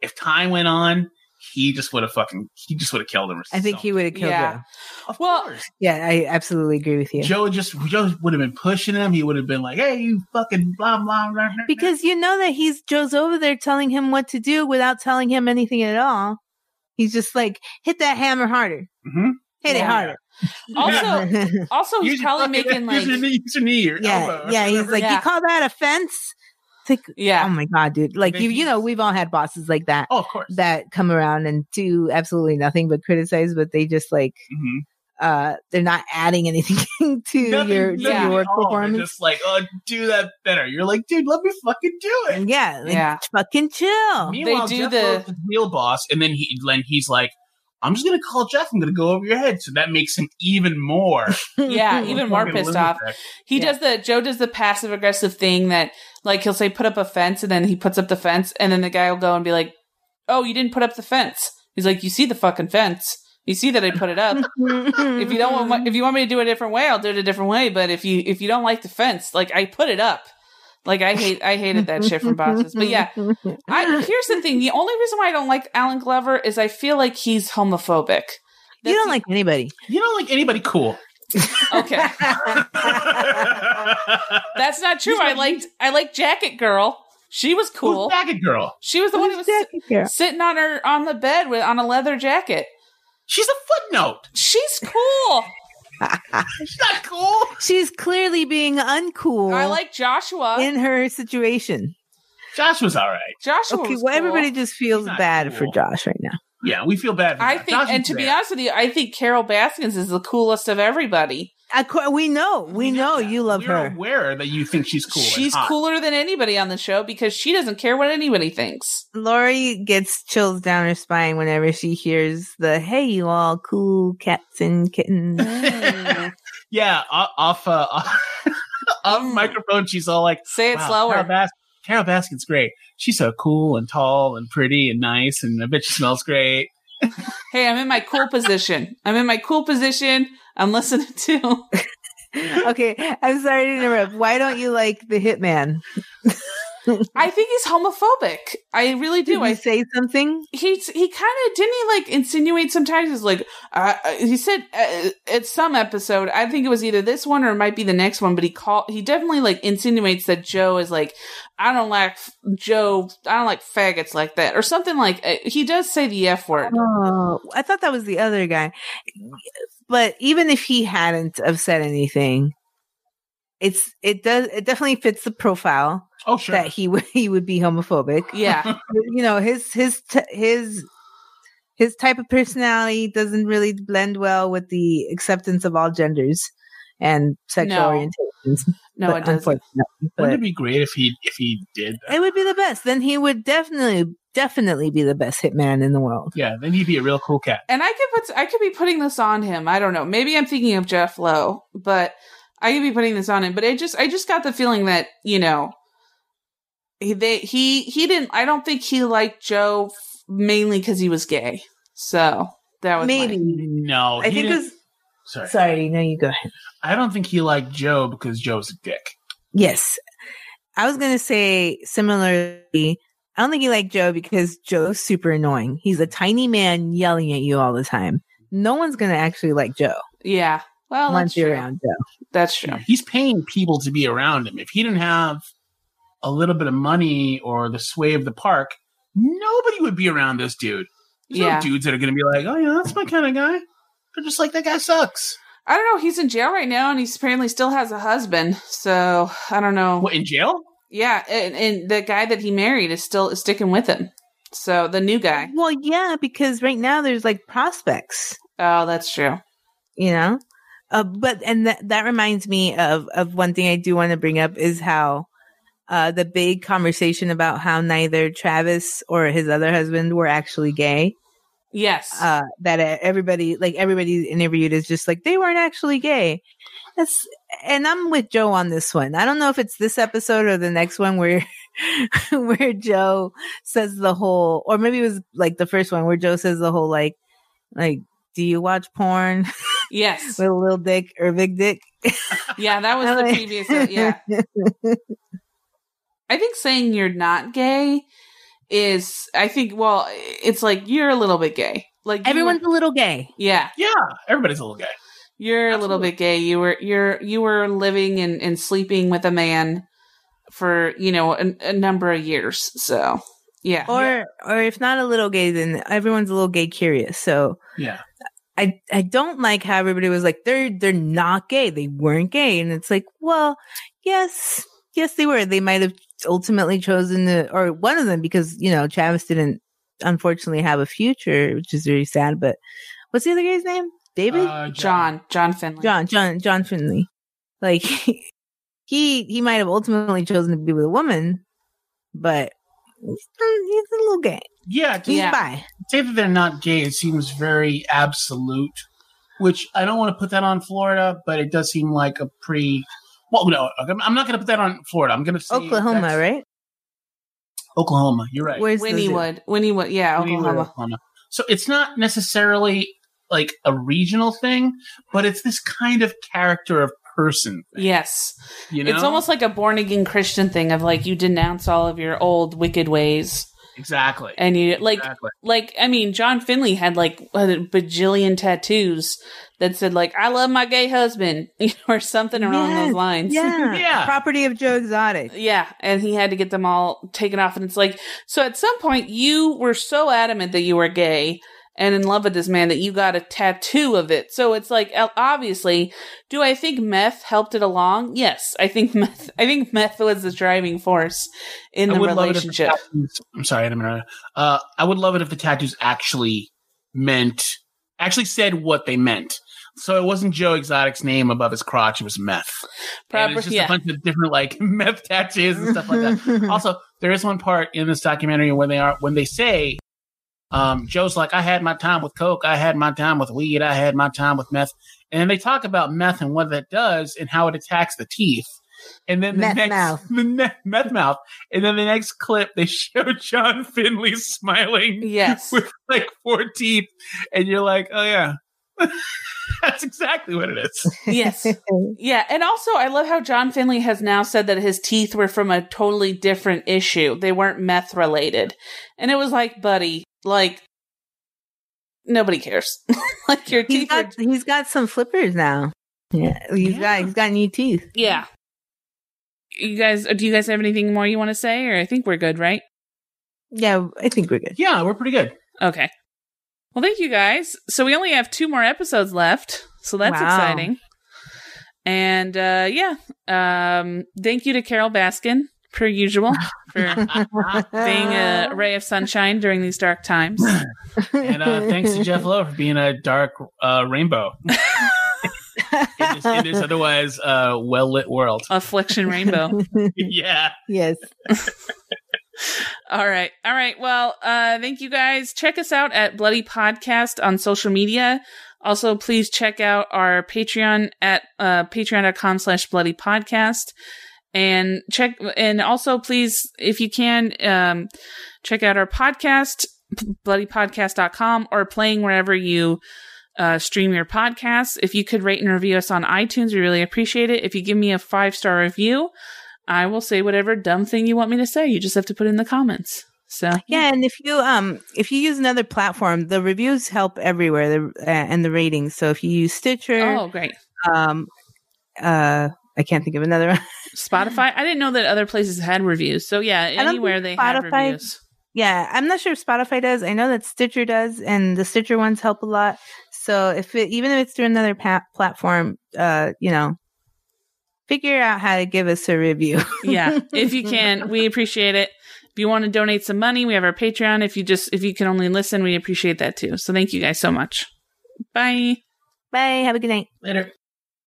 if time went on, he just would have fucking, he just would have killed him. Or
I think he would have killed
Yeah.
Joe.
Of
Well,
course.
Yeah, I absolutely agree with you.
Joe just Joe would have been pushing him. He would have been like, "Hey, you fucking blah blah blah." blah."
because you know that he's Joe's over there telling him what to do without telling him anything at all. He's just like, hit that hammer harder,
Mm-hmm.
Mhm.
hit
Yeah.
it <laughs>
Also,
harder.
also he's
Use your
probably making
fucking-
like
<laughs> use your knee, use your knee or elbow
yeah,
or
yeah. He's
whatever.
like,
Yeah.
you call that a fence? It's like, oh
yeah,
my god, dude! Like
Then
you,
he-
you know, we've all had bosses like that
"Oh, of course."
that come around and do absolutely nothing but criticize, but they just like
Mm-hmm.
Mhm.
uh they're not adding <laughs> anything to
Nothing-
your to
nothing
your work
at all. They're
performance.
Just like, "Oh, do that better." You're like, "Dude, let me fucking do it."
Yeah, like,
Yeah.
fucking chill.
Meanwhile,
do
Jeff
the-
Lowe's the real boss, and then he then he's like, "I'm just gonna call Jeff. I'm gonna go over your head." So that makes him
<laughs>
even more,
yeah, even more
fucking
pissed off.
lunatic.
He
Yeah.
does the Joe does the passive aggressive thing that like he'll say put up a fence and then he puts up the fence and then the guy will go and be like, "Oh, you didn't put up the fence." He's like, "You see the fucking fence? You see that I put it up. if you don't want if you want me to do it a different way, I'll do it a different way, but if you if you don't like the fence, like I put it up." Like I hate I hated that shit from bosses. But
<laughs>
yeah, I,
<laughs>
here's the thing. The only reason why I don't like Alan Glover is I feel like he's homophobic.
you
That's
don't
the- <laughs>
like anybody.
You don't like anybody cool. <laughs>
Okay, that's not true. I liked I liked Jacket Girl. She was cool.
Who's Jacket Girl?
She was the one who was si- sitting on her on the bed with on a leather jacket.
She's a footnote.
She's cool.
She's not cool.
She's clearly being uncool
I like Joshua.
in her situation.
Josh was all right.
Joshua.
Okay,
was
well,
cool.
everybody just feels
She's not
bad for
cool.
Josh right now.
Yeah, we feel bad. For
I
Josh.
think,
Josh
and
was
to be
there.
honest with you, I think Carol Baskins is the coolest of everybody.
Of cour- we know, we know
that.
you love
We're
her.
aware that you think she's cool. and
She's
hot.
cooler than anybody on the show because she doesn't care what anybody
<laughs>
thinks.
Lori gets chills down her spine whenever she hears the "Hey, you all cool cats and kittens."
<laughs> Mm.
Yeah, o- off uh, <laughs> off, off
Mm.
microphone, she's all like,
Say it
wow,
slower.
Carol, Bas- Carol Baskin's great. She's so cool and tall and pretty and nice, and I bet she smells great.
hey, I'm in my cool position. I'm in my cool position. I'm listening to.
okay, I'm sorry to interrupt. Why don't you like the hitman?
I think he's homophobic. I really
Did
do.
you
I
say something?
he's he kind of didn't he like insinuate sometimes he's like uh, uh, he said uh, at some episode i think it was either this one or it might be the next one but he called he definitely like insinuates that joe is like i don't like f- joe i don't like faggots like that or something like uh, he does say the f <laughs> word
Oh, I thought that was the other guy. But even if he hadn't have said anything, it's it does it definitely fits the profile
Oh, sure.
that he would he would be homophobic.
yeah
You know, his his t- his his type of personality doesn't really blend well with the acceptance of all genders and sexual
No.
orientations.
no
but
it doesn't
unfortunately, but
Wouldn't it be great if he if he did? That?
it would be the best. Then he would definitely definitely be the best hitman in the world.
Yeah, then he'd be a real cool cat.
and i could put i could be putting this on him i don't know maybe i'm thinking of jeff lowe but i could be putting this on him but i just i just got the feeling that you know he they, he he didn't i don't think he liked joe f- mainly because he was gay so that was my-
Maybe.
No,
I
he
think it
didn't-
was
Sorry.
Sorry, no, you go ahead.
I don't think he liked Joe because Joe's a dick.
Yes. I was going to say similarly, I don't think he liked Joe because Joe's super annoying. He's a tiny man yelling at you all the time. No one's going to actually like Joe
yeah well that's
once you're
true.
around Joe.
that's true
He's paying people to be around him. If he didn't have a little bit of money or the sway of the park, nobody would be around this dude. There's
Yeah.
no dudes that are going to be like, oh, yeah, that's my kind of guy. They're just like, that guy sucks.
i don't know he's in jail right now and he's apparently still has a husband so i don't know
What, in jail?
yeah and, and the guy that he married is still sticking with him so the new guy
Well, yeah, because right now there's like prospects,
oh that's true
you know? Uh, but and that that reminds me of of one thing I do want to bring up is how uh, the big conversation about how neither Travis or his other husband were actually gay.
yes
uh, that uh, everybody, like everybody interviewed, is just like they weren't actually gay. That's and I'm with Joe on this one. I don't know if it's this episode or the next one where <laughs> where Joe says the whole, or maybe it was like the first one where Joe says the whole like like. Do you watch porn <laughs>
yes
with a little dick or big dick?
Yeah, that was the
Like-
previous.
<laughs>
Yeah, I think saying you're not gay is. I think. Well, it's like you're a little bit gay. Like you
Everyone's
were-
a little gay.
yeah,
Yeah, everybody's a little guy.
you're a little bit gay. You were you're you were living and, and sleeping with a man for you know a, a number of years. So yeah,
Or or if not a little gay, then everyone's a little gay curious. So
Yeah.
I I don't like how everybody was like they're they're not gay. They weren't gay, and it's like, well, yes, yes, they were. They might have ultimately chosen the or one of them because you know Travis didn't unfortunately have a future, which is very sad. But what's the other guy's name? David,
Uh,
John John Finley.
John, John, John Finley. Like <laughs> he he might have ultimately chosen to be with a woman, but he's a little gay.
Yeah, to
He's
Yeah.
bi.
say that they're not gay it seems very absolute, which I don't want to put that on Florida, but it does seem like a pretty. Well, no, I'm I'm not going to put that on Florida. I'm going to say
Oklahoma,
that's-
right?
Oklahoma, you're right.
Where's the zoo?
Winniewood, Winniewood, yeah,
We live in
Oklahoma.
Oklahoma. So it's not necessarily like a regional thing, but it's this kind of character of person. Thing,
Yes,
you know,
It's almost like a born again Christian thing of like you denounce all of your old wicked ways
Exactly.
and you like
exactly.
like I mean, John Finley had like a bajillion tattoos that said like "I love my gay husband" <laughs> or something along
Yes,
those lines.
Yeah.
Yeah.
Property of Joe
<laughs>
Exotic.
<laughs> Yeah, and he had to get them all taken off, and it's like so. At some point, you were so adamant that you were gay and in love with this man that you got a tattoo of it. So it's like o- obviously, do I think meth helped it along? Yes, I think <laughs> meth. I think meth was the driving force in the
I would love it if the
relationship.
tattoos- I'm sorry, I didn't mean to- Uh, I would love it if the tattoos actually meant, actually said what they meant. So it wasn't Joe Exotic's name above his crotch; it was meth. And
Proper,
it's just
yeah.
a bunch of different like <laughs> meth tattoos and stuff like that.
Mm-hmm. <laughs>
also, there is one part in this documentary when they are when they say, um, Joe's like, I had my time with coke, I had my time with weed, I had my time with meth, and they talk about meth and what that does and how it attacks the teeth. And then the
Meth
next
mouth.
<laughs> the ne- meth mouth, and then the next clip they <laughs> show John Finley smiling
yes.
<laughs> with like four teeth, and you're like, oh yeah, <laughs> that's exactly what it is.
<laughs>
yes. Yeah. And also, I love how John Finley has now said that his teeth were from a totally different issue. They weren't meth related. And it was like, buddy, like, nobody cares. <laughs> like, your
he's
teeth are.
got he's got some flippers now. Yeah, he's
Yeah.
got he's got new teeth.
Yeah. You guys, uh, do you guys have anything more you want to say? Or I think we're good, right?
Yeah, I think we're good.
Yeah, we're pretty good.
Okay. Well, thank you guys. So we only have two more episodes left. So that's
Wow.
exciting. And uh yeah. Um thank you to Carol Baskin, per usual,
<laughs>
for being
Ah. Uh.
a ray of sunshine during these dark times.
And uh, thanks to
<laughs>
Jeff Lowe for being a dark uh, rainbow in this, in this otherwise uh, well lit world. <laughs>
Affliction Rainbow.
yeah.
yes.
All right. All right. Well, uh thank you guys. Check us out at Bloody Podcast on social media. Also, please check out our Patreon at uh, patreon.com slash bloody podcast. And check, and also please, if you can, um, check out our podcast, p- bloodypodcast.com or playing wherever you, uh, stream your podcasts. If you could rate and review us on iTunes, we really appreciate it. If you give me a five star review, I will say whatever dumb thing you want me to say. You just have to put it in the comments. So
Yeah, and if you um if you use another platform, the reviews help everywhere, the uh, and the ratings. So if you use Stitcher,
Oh, great.
um, uh, I can't think of another. <laughs> one.
Spotify. I didn't know that other places had reviews. So yeah,
don't
anywhere they
think
have
Spotify- <laughs>
reviews.
yeah, I'm not sure if Spotify does. I know that Stitcher does, and the Stitcher ones help a lot. So if it, even if it's through another pa- platform, uh, you know, figure out how to give us a review. <laughs>
yeah, if you can, we appreciate it. If you want to donate some money, we have our Patreon. If you just if you can only listen, we appreciate that too. So thank you guys so much. Bye.
Bye. Have a good night.
Later.